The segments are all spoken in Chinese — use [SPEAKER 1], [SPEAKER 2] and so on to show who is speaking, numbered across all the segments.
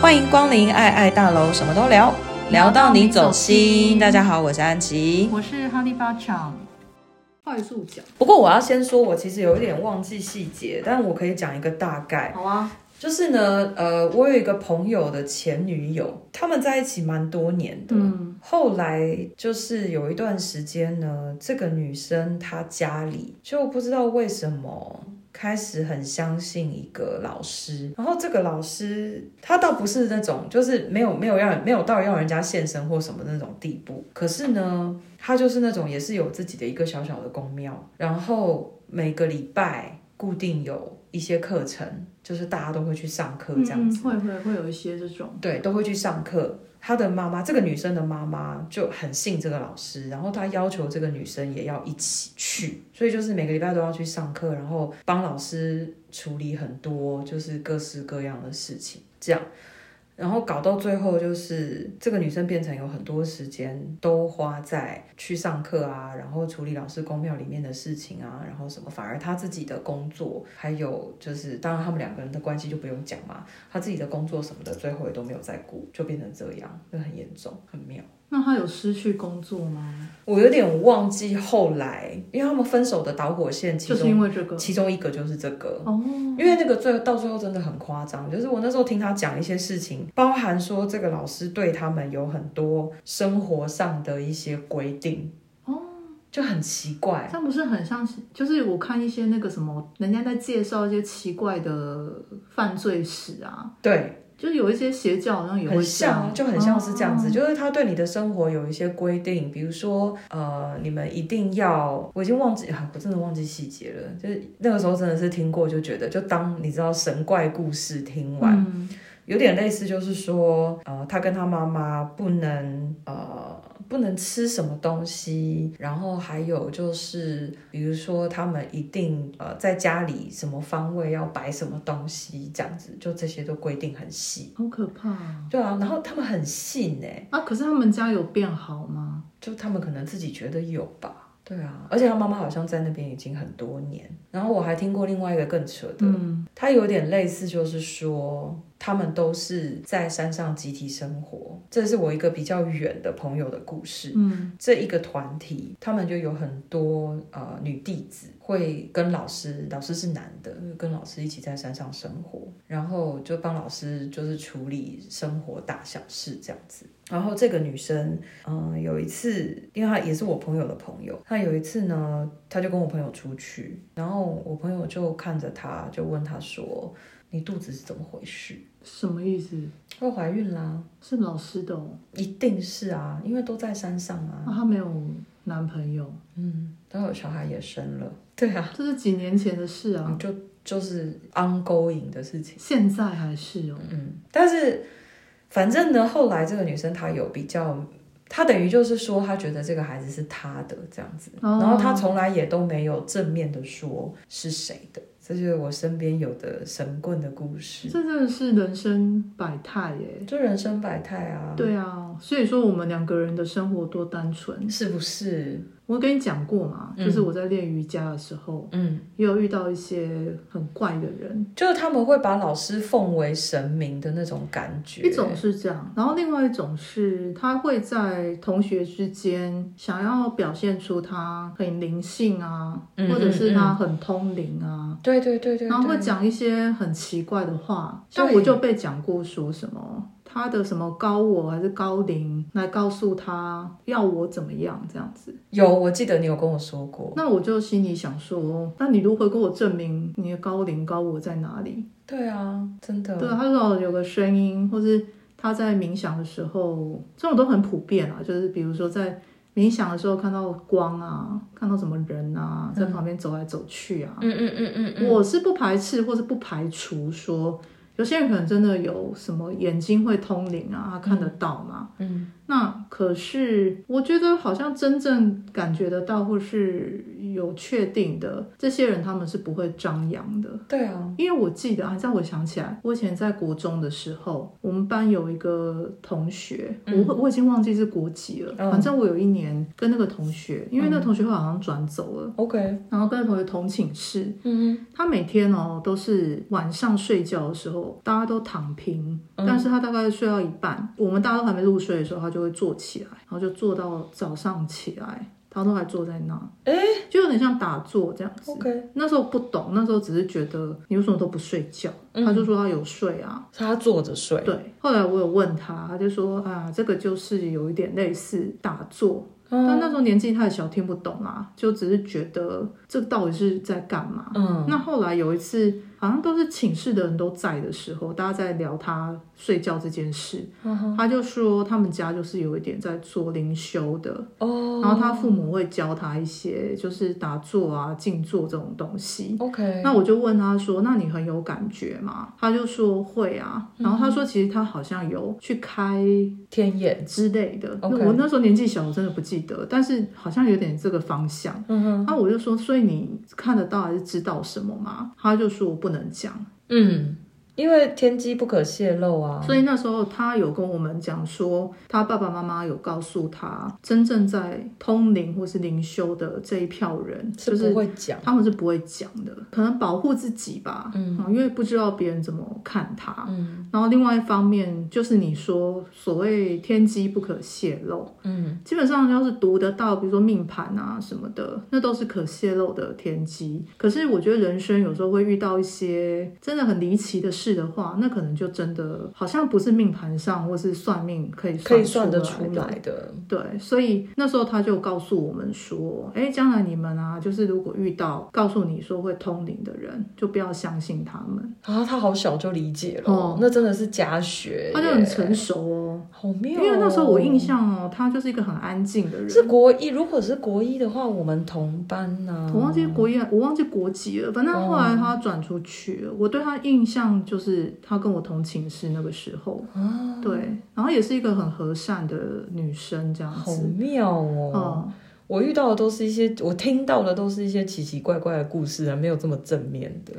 [SPEAKER 1] 欢迎光临爱爱大楼，什么都聊，聊到你走心。大家好，我是安琪。
[SPEAKER 2] 我是哈利巴掌，快速讲，
[SPEAKER 1] 不过我要先说，我其实有一点忘记细节，但我可以讲一个大概。
[SPEAKER 2] 好啊，
[SPEAKER 1] 就是呢，呃，我有一个朋友的前女友，他们在一起蛮多年的。
[SPEAKER 2] 嗯，
[SPEAKER 1] 后来就是有一段时间呢，这个女生她家里就不知道为什么开始很相信一个老师，然后这个老师他倒不是那种就是没有没有让没有到要人家现身或什么那种地步，可是呢，他就是那种也是有自己的一个小小的公庙，然后每个礼拜固定有一些课程，就是大家都会去上课这样子。
[SPEAKER 2] 嗯、会会会有一些这种，
[SPEAKER 1] 对，都会去上课。她的妈妈，这个女生的妈妈就很信这个老师，然后她要求这个女生也要一起去，所以就是每个礼拜都要去上课，然后帮老师处理很多就是各式各样的事情，这样，然后搞到最后就是这个女生变成有很多时间都花在去上课啊，然后处理老师公庙里面的事情啊，然后什么，反而她自己的工作还有就是，当然他们两个人的关系就不用讲嘛，他自己的工作什么的，最后也都没有再顾，就变成这样，那很严重，很妙。
[SPEAKER 2] 那他有失去工作吗？
[SPEAKER 1] 我有点忘记后来，因为他们分手的导火线，其
[SPEAKER 2] 就是
[SPEAKER 1] 中
[SPEAKER 2] 因为这个，
[SPEAKER 1] 其中一个就是这个，
[SPEAKER 2] 哦，
[SPEAKER 1] 因为那个最到最后真的很夸张，就是我那时候听他讲一些事情，包含说这个老师对他们有很多生活上的一些规定，
[SPEAKER 2] 哦，
[SPEAKER 1] 就很奇怪。
[SPEAKER 2] 这样不是很像是，就是我看一些那个什么，人家在介绍一些奇怪的犯罪史啊，
[SPEAKER 1] 对，
[SPEAKER 2] 就是有一些邪教好像也会
[SPEAKER 1] 很
[SPEAKER 2] 这样哦
[SPEAKER 1] 像，就很像是这样子，就是他对你的生活有一些规定，比如说，呃，你们一定要，我已经忘记，啊、我真的忘记细节了，就是那个时候真的是听过就觉得，就当你知道神怪故事听完，
[SPEAKER 2] 嗯
[SPEAKER 1] 有点类似，就是说，呃，他跟他妈妈不能，呃，不能吃什么东西，然后还有就是，比如说他们一定，呃，在家里什么方位要摆什么东西，这样子，就这些都规定很细。
[SPEAKER 2] 好可怕啊！
[SPEAKER 1] 对啊，然后他们很信哎、
[SPEAKER 2] 啊，可是他们家有变好吗？
[SPEAKER 1] 就他们可能自己觉得有吧。对啊，而且他妈妈好像在那边已经很多年。然后我还听过另外一个更扯的，
[SPEAKER 2] 嗯，
[SPEAKER 1] 他有点类似，就是说他们都是在山上集体生活。这是我一个比较远的朋友的故事。
[SPEAKER 2] 嗯，
[SPEAKER 1] 这一个团体，他们就有很多呃女弟子会跟老师，老师是男的，跟老师一起在山上生活，然后就帮老师就是处理生活大小事这样子。然后这个女生，嗯、有一次，因为她也是我朋友的朋友，她有一次呢，她就跟我朋友出去，然后我朋友就看着她，就问她说：“你肚子是怎么回事
[SPEAKER 2] 什么意思？？”
[SPEAKER 1] 她说怀孕啦、
[SPEAKER 2] 是老师的哦，
[SPEAKER 1] 一定是啊，因为都在山上啊。
[SPEAKER 2] 那、她没有男朋友。
[SPEAKER 1] 嗯，然后小孩也生了，对啊，
[SPEAKER 2] 这是几年前的事啊，
[SPEAKER 1] 就就是 ongoing 的事情，
[SPEAKER 2] 现在还是哦。
[SPEAKER 1] 嗯，但是反正呢，后来这个女生她有比较，她等于就是说，她觉得这个孩子是她的这样子，
[SPEAKER 2] 哦
[SPEAKER 1] 然后她从来也都没有正面的说是谁的，这就是我身边有的神棍的故
[SPEAKER 2] 这
[SPEAKER 1] 事，
[SPEAKER 2] 真的是人生百态耶。
[SPEAKER 1] 就人生百态啊，
[SPEAKER 2] 对啊，所以说我们两个人的生活多单纯。
[SPEAKER 1] 是不是？
[SPEAKER 2] 我跟你讲过嘛，
[SPEAKER 1] 嗯
[SPEAKER 2] 就是我在练瑜伽的时候，
[SPEAKER 1] 嗯，
[SPEAKER 2] 也有遇到一些很怪的人，
[SPEAKER 1] 就是他们会把老师奉为神明的那种感觉，
[SPEAKER 2] 一种是这样，然后另外一种是他会在同学之间想要表现出他很灵性啊，
[SPEAKER 1] 嗯
[SPEAKER 2] 或者是
[SPEAKER 1] 嗯
[SPEAKER 2] 他很通灵啊，
[SPEAKER 1] 对对对对对，
[SPEAKER 2] 然后会讲一些很奇怪的话，
[SPEAKER 1] 对
[SPEAKER 2] 像我就被讲过说什么他的什么高我还是高龄来告诉他要我怎么样这样子，
[SPEAKER 1] 有，我记得你有跟我说过。
[SPEAKER 2] 那我就心里想说，那你如何跟我证明你的高龄高我在哪里？
[SPEAKER 1] 对啊，真的。
[SPEAKER 2] 对，他说有个声音，或是他在冥想的时候，这种都很普遍啊，就是比如说在冥想的时候看到光啊，看到什么人啊，在旁边走来走去啊，
[SPEAKER 1] 嗯嗯嗯嗯嗯，
[SPEAKER 2] 我是不排斥或是不排除说，有些人可能真的有什么眼睛会通灵啊，他看得到嘛。
[SPEAKER 1] 嗯，
[SPEAKER 2] 那可是我觉得好像真正感觉得到或是有确定的这些人，他们是不会张扬的。
[SPEAKER 1] 对啊，
[SPEAKER 2] 因为我记得啊，让我想起来，我以前在国中的时候，我们班有一个同学，
[SPEAKER 1] 嗯
[SPEAKER 2] 我我已经忘记是国籍了，
[SPEAKER 1] 嗯
[SPEAKER 2] 反正我有一年跟那个同学，因为那个同学后来好像转走了，
[SPEAKER 1] ，OK，
[SPEAKER 2] 然后跟那同学同寝室，
[SPEAKER 1] 嗯
[SPEAKER 2] 他每天哦都是晚上睡觉的时候，大家都躺平，
[SPEAKER 1] 嗯
[SPEAKER 2] 但是他大概睡到一半，我们大家都还没入睡的时候，他就会坐起来，然后就坐到早上起来，他都还坐在那，
[SPEAKER 1] 哎
[SPEAKER 2] 就有点像打坐这样子。
[SPEAKER 1] ，OK，
[SPEAKER 2] 那时候不懂，那时候只是觉得你为什么都不睡觉？
[SPEAKER 1] 嗯
[SPEAKER 2] 他就说他有睡啊。
[SPEAKER 1] 是他坐着睡，
[SPEAKER 2] 对，后来我有问他，他就说啊，这个就是有一点类似打坐，
[SPEAKER 1] 嗯
[SPEAKER 2] 但那时候年纪太小听不懂啊，就只是觉得这到底是在干嘛？
[SPEAKER 1] 嗯，
[SPEAKER 2] 那后来有一次，好像都是寝室的人都在的时候，大家在聊他睡觉这件事，
[SPEAKER 1] 嗯
[SPEAKER 2] 他就说他们家就是有一点在做灵修的，
[SPEAKER 1] 哦，
[SPEAKER 2] 然后他父母会教他一些就是打坐啊、静坐这种东西。
[SPEAKER 1] 嗯 OK，
[SPEAKER 2] 那我就问他说：“那你很有感觉吗？”他就说会啊。
[SPEAKER 1] 嗯
[SPEAKER 2] 然后他说，其实他好像有去开
[SPEAKER 1] 天眼，
[SPEAKER 2] 之类的。那
[SPEAKER 1] OK
[SPEAKER 2] 我那时候年纪小，我真的不记得，但是好像有点这个方向。
[SPEAKER 1] 嗯哼，
[SPEAKER 2] 然后我就说：“所以你看得到还是知道什么吗？”他就说：“我不能讲。
[SPEAKER 1] 嗯，因为天机不可泄露啊，
[SPEAKER 2] 所以那时候他有跟我们讲说，他爸爸妈妈有告诉他，真正在通灵或是灵修的这一票人，就是
[SPEAKER 1] 不会讲，
[SPEAKER 2] 他们是不会讲的，可能保护自己吧，嗯，因为不知道别人怎么看他，嗯，然后另外一方面就是你说所谓天机不可泄露，
[SPEAKER 1] 嗯，
[SPEAKER 2] 基本上要是读得到，比如说命盘啊什么的，那都是可泄露的天机。可是我觉得人生有时候会遇到一些真的很离奇的事的话，那可能就真的好像不是命盘上或是算命可以
[SPEAKER 1] 可以算得出
[SPEAKER 2] 出来的
[SPEAKER 1] 来的，
[SPEAKER 2] 对，所以那时候他就告诉我们说，哎，将来你们啊，就是如果遇到告诉你说会通灵的人，就不要相信他们。
[SPEAKER 1] 啊，他好小就理解了，
[SPEAKER 2] 哦
[SPEAKER 1] 那真的是家学耶，
[SPEAKER 2] 他就很成熟哦，
[SPEAKER 1] 好
[SPEAKER 2] 因
[SPEAKER 1] 妙哦、
[SPEAKER 2] 为那时候我印象哦，他就是一个很安静的人。
[SPEAKER 1] 是国一，如果是国一的话，我们同班呐、
[SPEAKER 2] 我忘记国一，我忘记国籍了。反正后
[SPEAKER 1] 嗯
[SPEAKER 2] 来他转出去了，我对他印象就是他跟我同寝室那个时候，
[SPEAKER 1] 啊，
[SPEAKER 2] 对，然后也是一个很和善的女生这样
[SPEAKER 1] 好
[SPEAKER 2] 子。
[SPEAKER 1] 妙哦。
[SPEAKER 2] 哦，
[SPEAKER 1] 我遇到的都是一些，我听到的都是一些奇奇怪怪的故事啊，没有这么正面的。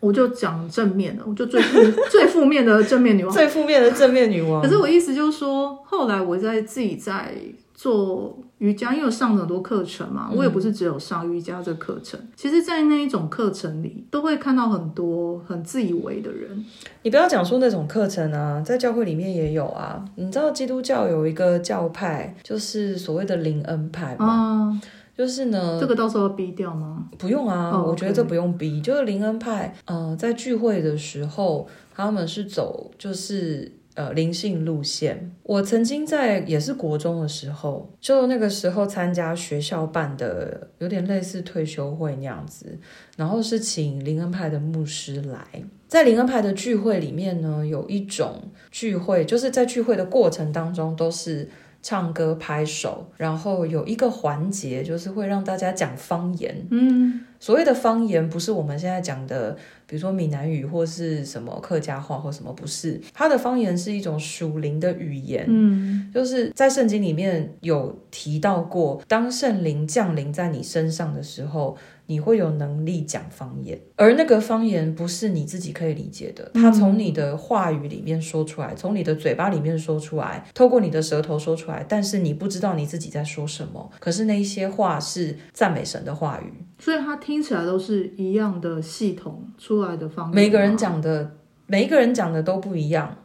[SPEAKER 2] 我就讲正面的，我就最负 最负面的正面女王。
[SPEAKER 1] 最负面的正面女王，
[SPEAKER 2] 可 是我意思就是说，后来我在自己在做瑜伽，因为我上了很多课程嘛，
[SPEAKER 1] 嗯
[SPEAKER 2] 我也不是只有上瑜伽这个课程。其实，在那一种课程里，都会看到很多很自以为的人。
[SPEAKER 1] 你不要讲说那种课程啊，在教会里面也有啊。你知道基督教有一个教派，就是所谓的灵恩派嘛，
[SPEAKER 2] 啊，
[SPEAKER 1] 就是呢
[SPEAKER 2] 这个到时候要逼掉吗？
[SPEAKER 1] 不用啊，
[SPEAKER 2] 哦
[SPEAKER 1] 我觉得
[SPEAKER 2] OK
[SPEAKER 1] 这不用逼。就是灵恩派，呃，在聚会的时候，他们是走就是呃灵性路线。我曾经在也是国中的时候，就那个时候参加学校办的，有点类似退休会那样子，然后是请灵恩派的牧师来。在灵恩派的聚会里面呢，有一种聚会，就是在聚会的过程当中都是唱歌、拍手，然后有一个环节就是会让大家讲方言。
[SPEAKER 2] 嗯，
[SPEAKER 1] 所谓的方言，不是我们现在讲的，比如说闽南语或是什么客家话或什么，不是。它的方言是一种属灵的语言，
[SPEAKER 2] 嗯，
[SPEAKER 1] 就是在圣经里面有提到过，当圣灵降临在你身上的时候，你会有能力讲方言，而那个方言不是你自己可以理解的，它从你的话语里面说出来，从你的嘴巴里面说出来，透过你的舌头说出来，但是你不知道你自己在说什么，可是那一些话是赞美神的话语。
[SPEAKER 2] 所以它听起来都是一样的系统出来的方面吗。
[SPEAKER 1] 每个人讲的每一个人讲的都不一样，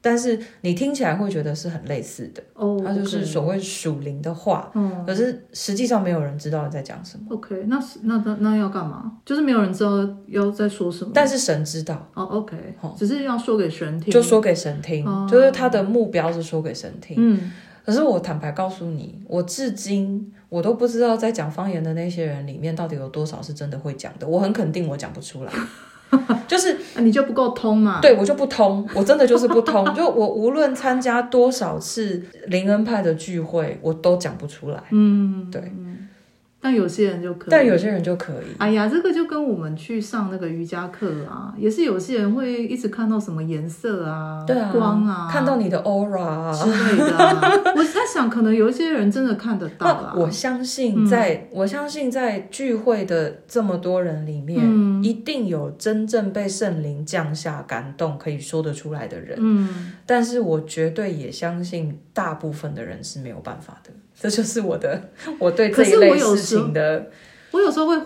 [SPEAKER 1] 但是你听起来会觉得是很类似的，
[SPEAKER 2] 哦，
[SPEAKER 1] 它就是所谓属灵的话，
[SPEAKER 2] 嗯。
[SPEAKER 1] 可是实际上没有人知道你在讲什么，
[SPEAKER 2] OK，那是那那那要干嘛？就是没有人知道要在说什么。
[SPEAKER 1] 但是神知道，
[SPEAKER 2] 哦，OK，
[SPEAKER 1] 好
[SPEAKER 2] 只是要说给神听。
[SPEAKER 1] 就说给神听
[SPEAKER 2] 哦，
[SPEAKER 1] 就是他的目标是说给神听。
[SPEAKER 2] 嗯，
[SPEAKER 1] 可是我坦白告诉你，我至今我都不知道在讲方言的那些人里面到底有多少是真的会讲的，我很肯定我讲不出来， 就是
[SPEAKER 2] 啊你就不够通嘛。
[SPEAKER 1] 对我就不通，我真的就是不通。 就我无论参加多少次灵恩派的聚会，我都讲不出来。
[SPEAKER 2] 嗯，
[SPEAKER 1] 对
[SPEAKER 2] 但有些人就可以。
[SPEAKER 1] 但有些人就可以。
[SPEAKER 2] 哎呀，这个就跟我们去上那个瑜伽课啊，也是有些人会一直看到什么颜色啊、
[SPEAKER 1] 对啊，
[SPEAKER 2] 光啊
[SPEAKER 1] 看到你的 aura 啊。
[SPEAKER 2] 之类的啊、 我在想，可能有一些人真的看得到啊嗯啦
[SPEAKER 1] 那。我相信在，我相信在聚会的这么多人里面，
[SPEAKER 2] 嗯
[SPEAKER 1] 一定有真正被圣灵降下感动可以说得出来的人。
[SPEAKER 2] 嗯，
[SPEAKER 1] 但是我绝对也相信，大部分的人是没有办法的。这就是我的，我对这
[SPEAKER 2] 可
[SPEAKER 1] 一
[SPEAKER 2] 是我
[SPEAKER 1] 类
[SPEAKER 2] 有
[SPEAKER 1] 事
[SPEAKER 2] 时候
[SPEAKER 1] 情的，
[SPEAKER 2] 我有时候会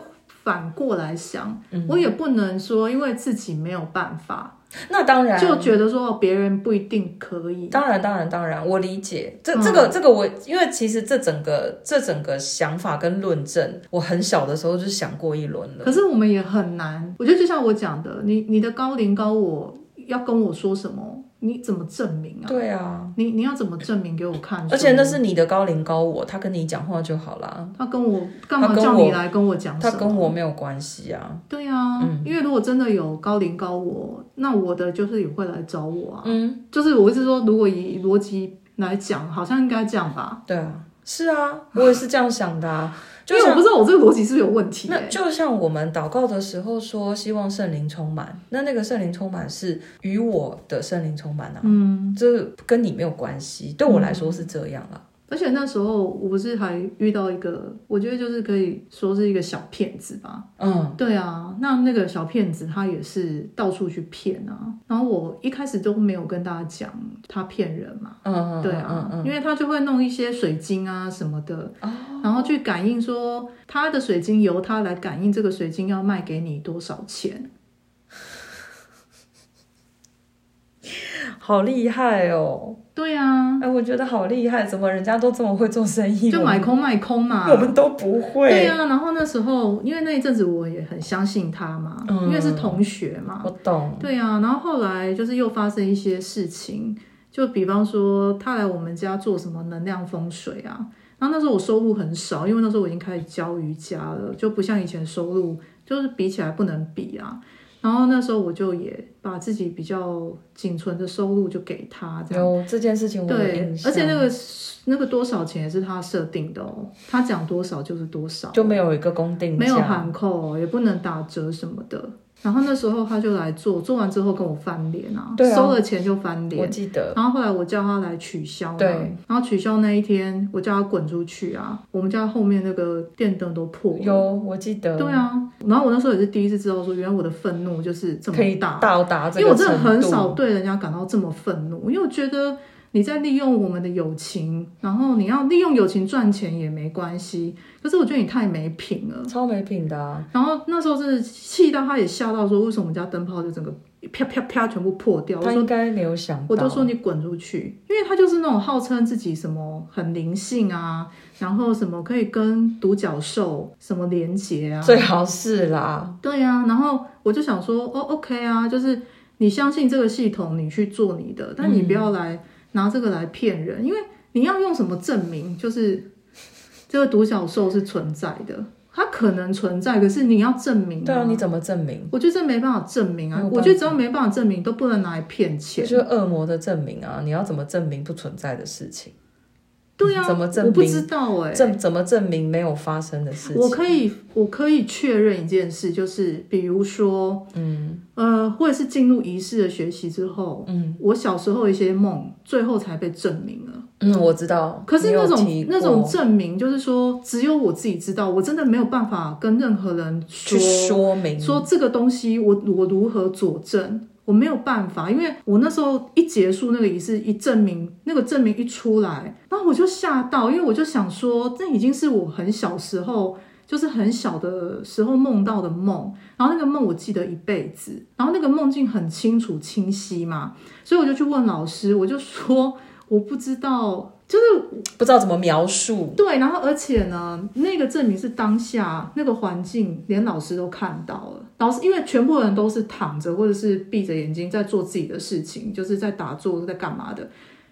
[SPEAKER 2] 反过来想，
[SPEAKER 1] 嗯
[SPEAKER 2] 我也不能说因为自己没有办法，
[SPEAKER 1] 那当然啊
[SPEAKER 2] 就觉得说哦别人不一定可以。
[SPEAKER 1] 当然，当然，当然，我理解这
[SPEAKER 2] 嗯
[SPEAKER 1] 这个、这个我，因为其实这整个这整个想法跟论证，我很小的时候就想过一轮了。
[SPEAKER 2] 可是我们也很难，我觉得就像我讲的，你你的高龄高我要跟我说什么，你怎么证明啊？
[SPEAKER 1] 对啊，
[SPEAKER 2] 你你要怎么证明给我看？
[SPEAKER 1] 而且那是你的高龄高我，他跟你讲话就好啦，
[SPEAKER 2] 他跟我干嘛
[SPEAKER 1] 他跟
[SPEAKER 2] 叫
[SPEAKER 1] 我
[SPEAKER 2] 你来跟我讲什
[SPEAKER 1] 他
[SPEAKER 2] 么？
[SPEAKER 1] 跟我没有关系啊。
[SPEAKER 2] 对啊，因为如果真的有高龄高我，那我的就是也会来找我啊。
[SPEAKER 1] 嗯，
[SPEAKER 2] 就是我一直说，如果以逻辑来讲，好像应该这样吧。
[SPEAKER 1] 对啊，是啊，我也是这样想的、 啊。就
[SPEAKER 2] 因为
[SPEAKER 1] 像
[SPEAKER 2] 我不知道我这个逻辑是不是有问题、
[SPEAKER 1] 那
[SPEAKER 2] 欸。
[SPEAKER 1] 就像我们祷告的时候说，希望圣灵充满，那那个圣灵充满是与我的圣灵充满啊，
[SPEAKER 2] 嗯，
[SPEAKER 1] 这跟你没有关系。对我来说是这样啊。
[SPEAKER 2] 而且那时候我不是还遇到一个，我觉得就是可以说是一个小骗子吧。
[SPEAKER 1] 嗯
[SPEAKER 2] 对啊，那那个小骗子他也是到处去骗啊。然后我一开始都没有跟大家讲他骗人嘛。
[SPEAKER 1] 嗯，
[SPEAKER 2] 对
[SPEAKER 1] 嗯
[SPEAKER 2] 啊，
[SPEAKER 1] 嗯哦
[SPEAKER 2] 因为他就会弄一些水晶啊什么的，然后去感应说他的水晶由他来感应这个水晶要卖给你多少钱。
[SPEAKER 1] 嗯 好厉害哦！
[SPEAKER 2] 对啊，
[SPEAKER 1] 哎，我觉得好厉害，怎么人家都这么会做生意？
[SPEAKER 2] 就买空卖空嘛。
[SPEAKER 1] 我们都哎不
[SPEAKER 2] 对
[SPEAKER 1] 会。
[SPEAKER 2] 啊，然后那时候因为那一阵子我也很相信他嘛，
[SPEAKER 1] 嗯
[SPEAKER 2] 因为是同学嘛。
[SPEAKER 1] 我懂，
[SPEAKER 2] 对啊，然后后来就是又发生一些事情，就比方说他来我们家做什么能量风水啊。然后那时候我收入很少，因为那时候我已经开始教瑜伽了，就不像以前收入就是比起来不能比啊。然后那时候我就也把自己比较仅存的收入就给他这样。
[SPEAKER 1] 有这件事情我有
[SPEAKER 2] 对
[SPEAKER 1] 印，象
[SPEAKER 2] 而且那个那个多少钱也是他设定的哦，他讲多少就是多少，
[SPEAKER 1] 就没有一个公定价，
[SPEAKER 2] 没有含扣、哦，也不能打折什么的。然后那时候他就来做，做完之后跟我翻脸啊，
[SPEAKER 1] 对啊
[SPEAKER 2] 收了钱就翻
[SPEAKER 1] 我
[SPEAKER 2] 脸。
[SPEAKER 1] 记得，
[SPEAKER 2] 然后后来我叫他来取消嘛，
[SPEAKER 1] 对
[SPEAKER 2] 然后取消那一天，我叫他滚出去啊！我们家后面那个电灯都破了，
[SPEAKER 1] 有我记得，
[SPEAKER 2] 对啊。然后我那时候也是第一次知道说，原来我的愤怒就是这么
[SPEAKER 1] 可以
[SPEAKER 2] 大，
[SPEAKER 1] 到达这
[SPEAKER 2] 因为我
[SPEAKER 1] 个
[SPEAKER 2] 真的
[SPEAKER 1] 程
[SPEAKER 2] 很
[SPEAKER 1] 度
[SPEAKER 2] 少对人家感到这么愤怒，因为我觉得你在利用我们的友情，然后你要利用友情赚钱也没关系，可是我觉得你太没品了。
[SPEAKER 1] 超没品的啊。
[SPEAKER 2] 然后那时候真的气到他也吓到说，为什么我们家灯泡就整个啪啪啪全部破掉？我
[SPEAKER 1] 他
[SPEAKER 2] 说
[SPEAKER 1] 应该没有想
[SPEAKER 2] 我都
[SPEAKER 1] 到，
[SPEAKER 2] 说你滚出去，因为他就是那种号称自己什么很灵性啊，然后什么可以跟独角兽什么连结 啊，
[SPEAKER 1] 最好是啦，
[SPEAKER 2] 对呀，然后我就想说，哦，OK 啊，就是你相信这个系统，你去做你的，但你不要来拿这个来骗人，因为你要用什么证明，就是这个独角兽是存在的，它可能存在，可是你要证明、
[SPEAKER 1] 对啊，你怎么证明？
[SPEAKER 2] 我觉得这没办法证明啊
[SPEAKER 1] 没有，办法
[SPEAKER 2] 我觉得只要没办法证明，都不能拿来骗
[SPEAKER 1] 这
[SPEAKER 2] 钱
[SPEAKER 1] 就。是恶魔的证明啊！你要怎么证明不存在的事情？
[SPEAKER 2] 对啊，
[SPEAKER 1] 怎么证
[SPEAKER 2] 我不
[SPEAKER 1] 明
[SPEAKER 2] 知道哎、
[SPEAKER 1] 证怎么证明没有发生的事情？
[SPEAKER 2] 我可以，我可以确认一件事，就是比如说，嗯，呃，或者是进入仪式的学习之后，嗯，我小时候一些梦，最后才被证明了。
[SPEAKER 1] 嗯，我知道。
[SPEAKER 2] 可是
[SPEAKER 1] 你有
[SPEAKER 2] 那种
[SPEAKER 1] 提
[SPEAKER 2] 那种
[SPEAKER 1] 过
[SPEAKER 2] 证明，就是说，只有我自己知道，我真的没有办法跟任何人
[SPEAKER 1] 去
[SPEAKER 2] 说
[SPEAKER 1] 说明，
[SPEAKER 2] 说这个东西我，我如何佐证。我没有办法，因为我那时候一结束那个仪式，一证明那个证明一出来，然后我就吓到，因为我就想说，这已经是我很小时候，就是很小的时候梦到的梦，然后那个梦我记得一辈子，然后那个梦境很清楚清晰嘛，所以我就去问老师，我就说我不知道，就是
[SPEAKER 1] 不知道怎么描述。
[SPEAKER 2] 对，然后而且呢，那个证明是当下那个环境，连老师都看到了。老师因为全部人都是躺着或者是闭着眼睛在做自己的事情，就是在打坐，在干嘛的。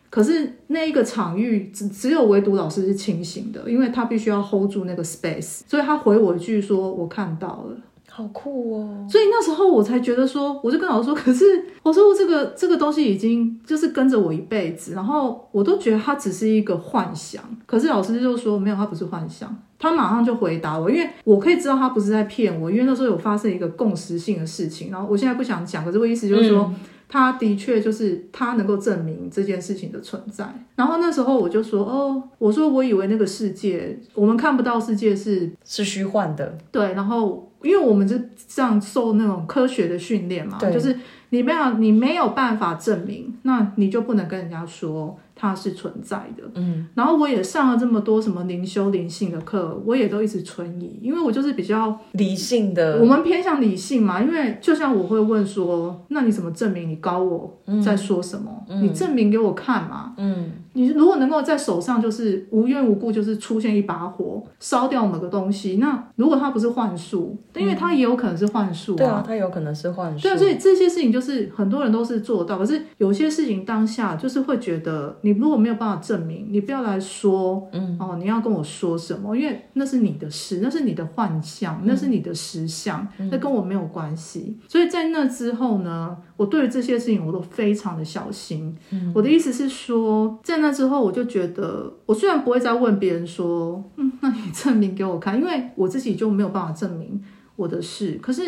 [SPEAKER 2] 可是那一个场域只只有唯独老师是清醒的，因为他必须要 hold 住那个 space，所以他回我一句说：“我看到了。”
[SPEAKER 1] 好酷哦！
[SPEAKER 2] 所以那时候我才觉得说，我就跟老师说， 可是我说这个这个东西已经就是跟着我一辈子，然后我都觉得它只是一个幻想。可是老师就说没有，它不是幻想。他马上就回答我，因为我可以知道他不是在骗我，因为那时候有发生一个共识性的事情。然后我现在不想讲，可是我意思就是说，他的确就是他能够证明这件事情的存在。然后那时候我就说，哦，我说我以为那个世界我们看不到世界是
[SPEAKER 1] 是虚幻的，
[SPEAKER 2] 对，然后因为我们是这样受那种科学的训练嘛，
[SPEAKER 1] 对
[SPEAKER 2] 就是你没有你没有办法证明，那你就不能跟人家说它是存在的。嗯，然后我也上了这么多什么灵修灵性的课，我也都一直存疑，因为我就是比较
[SPEAKER 1] 理性的
[SPEAKER 2] 我们偏向理性嘛，因为就像我会问说，那你怎么证明你高我
[SPEAKER 1] 嗯
[SPEAKER 2] 在说什么？你证明给我看嘛。嗯，你如果能够在手上就是无缘无故就是出现一把火，烧掉某个东西，那如果它不是幻术，因为它也有可能是幻术
[SPEAKER 1] 对啊，它有可能是幻术
[SPEAKER 2] 对啊，，所以这些事情就是很多人都是做到，可是有些事情当下就是会觉得，你如果没有办法证明，你不要来说，嗯，哦，你要跟我说什么？因为那是你的事，那是你的幻象，
[SPEAKER 1] 嗯
[SPEAKER 2] 那是你的实相，那跟我没有关系。所以在那之后呢，我对于这些事情我都非常的小心。
[SPEAKER 1] 嗯
[SPEAKER 2] 我的意思是说，在那之后，我就觉得，我虽然不会再问别人说，嗯，那你证明给我看， 因为我自己就没有办法证明我的事，可是。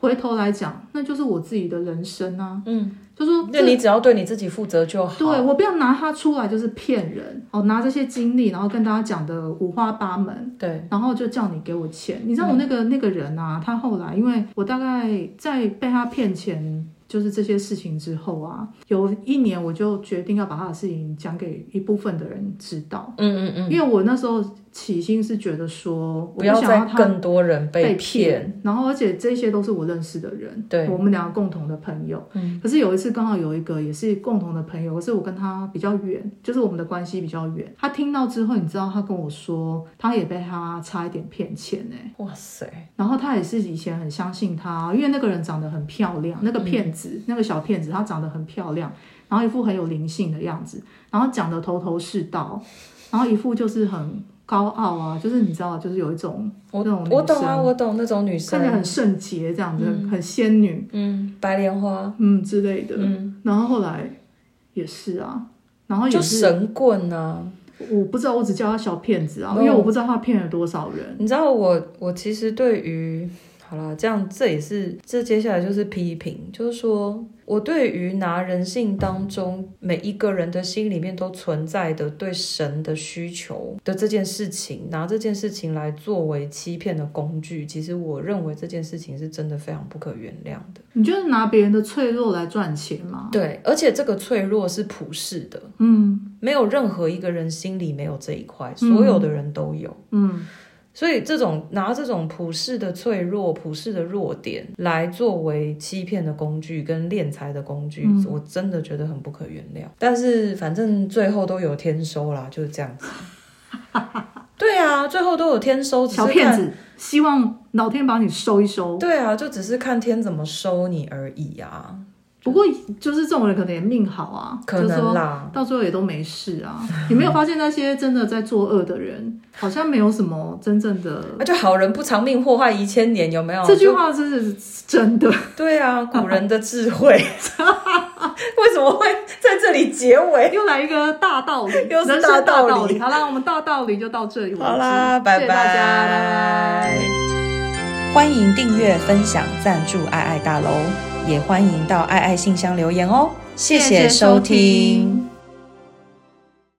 [SPEAKER 2] 回头来讲，那就是我自己的人生啊。嗯，就说
[SPEAKER 1] 那你只要对你自己负责就好。
[SPEAKER 2] 对我不要拿它出来就是骗人哦，拿这些经历，然后跟大家讲的五花八门。
[SPEAKER 1] 对，
[SPEAKER 2] 然后就叫你给我钱，你知道我那个、那个人啊，他后来因为我大概在被他骗钱，就是这些事情之后啊，有一年我就决定要把他的事情讲给一部分的人知道，
[SPEAKER 1] 嗯嗯嗯，
[SPEAKER 2] 因为我那时候起心是觉得说，我
[SPEAKER 1] 不要
[SPEAKER 2] 想要
[SPEAKER 1] 再
[SPEAKER 2] 他
[SPEAKER 1] 更多人
[SPEAKER 2] 被
[SPEAKER 1] 骗。
[SPEAKER 2] 骗，然后而且这些都是我认识的人，
[SPEAKER 1] 对，
[SPEAKER 2] 我们两个共同的朋友。嗯，可是有一次刚好有一个也是共同的朋友，可是我跟他比较远，就是我们的关系比较远。他听到之后，你知道他跟我说，他也被他差一点骗钱欸呢、
[SPEAKER 1] 哇塞，
[SPEAKER 2] 然后他也是以前很相信他，因为那个人长得很漂亮，那个骗子，
[SPEAKER 1] 嗯
[SPEAKER 2] 那个小骗子，他长得很漂亮，然后一副很有灵性的样子，然后讲的头头是道，然后一副就是很高傲啊，就是你知道，就是有一种
[SPEAKER 1] 我
[SPEAKER 2] 那种
[SPEAKER 1] 我懂
[SPEAKER 2] 女生
[SPEAKER 1] 啊，我懂那种女
[SPEAKER 2] 看起来
[SPEAKER 1] 生，
[SPEAKER 2] 很圣洁这样子，很仙女，
[SPEAKER 1] 嗯，白莲花，
[SPEAKER 2] 嗯之类的。
[SPEAKER 1] 嗯，
[SPEAKER 2] 然后后来也是啊，然后也
[SPEAKER 1] 就是神棍啊。
[SPEAKER 2] 我不知道，我只叫他小骗子啊，
[SPEAKER 1] 哦
[SPEAKER 2] 因为我不知道他骗了多少人。
[SPEAKER 1] 你知道我我其实对于好啦，这样这也是这接下来就是批评，就是说我对于拿人性当中每一个人的心里面都存在的对神的需求的这件事情，拿这件事情来作为欺骗的工具，其实我认为这件事情是真的非常不可原谅的。
[SPEAKER 2] 你就是拿别人的脆弱来赚钱嘛？
[SPEAKER 1] 对，而且这个脆弱是普世的，
[SPEAKER 2] 嗯
[SPEAKER 1] 没有任何一个人心里没有这一块，
[SPEAKER 2] 嗯
[SPEAKER 1] 所有的人都有。
[SPEAKER 2] 嗯，
[SPEAKER 1] 所以，这种拿这种普世的脆弱、普世的弱点来作为欺骗的工具跟敛财的工具，
[SPEAKER 2] 嗯
[SPEAKER 1] 我真的觉得很不可原谅。但是，反正最后都有天收啦，就是这样 子。对啊，最后都有天收，只是
[SPEAKER 2] 小
[SPEAKER 1] 看
[SPEAKER 2] 骗子，希望老天把你收一收。
[SPEAKER 1] 对啊，就只是看天怎么收你而已啊，
[SPEAKER 2] 不过就是这种人可能也命好啊，
[SPEAKER 1] 可
[SPEAKER 2] 就是
[SPEAKER 1] 能
[SPEAKER 2] 说
[SPEAKER 1] 啦。
[SPEAKER 2] 到最后也都没事啊。你没有发现那些真的在作恶 的人，好像没有什么真正的。
[SPEAKER 1] 啊那就好人不长命，祸害一千年，有没有？
[SPEAKER 2] 这句话真的是真的，
[SPEAKER 1] 对啊，古人的智慧， 为什么会在这里结尾？
[SPEAKER 2] 又来一个大道理，
[SPEAKER 1] 哎 又是
[SPEAKER 2] 人
[SPEAKER 1] 大
[SPEAKER 2] 生
[SPEAKER 1] 道
[SPEAKER 2] 大
[SPEAKER 1] 理
[SPEAKER 2] 理。好啦，我们大道理就到这里为止。
[SPEAKER 1] 好啦，拜
[SPEAKER 2] 谢
[SPEAKER 1] 拜，
[SPEAKER 2] 谢大家，拜拜。
[SPEAKER 1] 欢迎订阅、分享、赞助爱爱大楼，也欢迎到爱爱信箱留言哦。谢
[SPEAKER 2] 谢谢
[SPEAKER 1] 收
[SPEAKER 2] 收
[SPEAKER 1] 听
[SPEAKER 2] 听。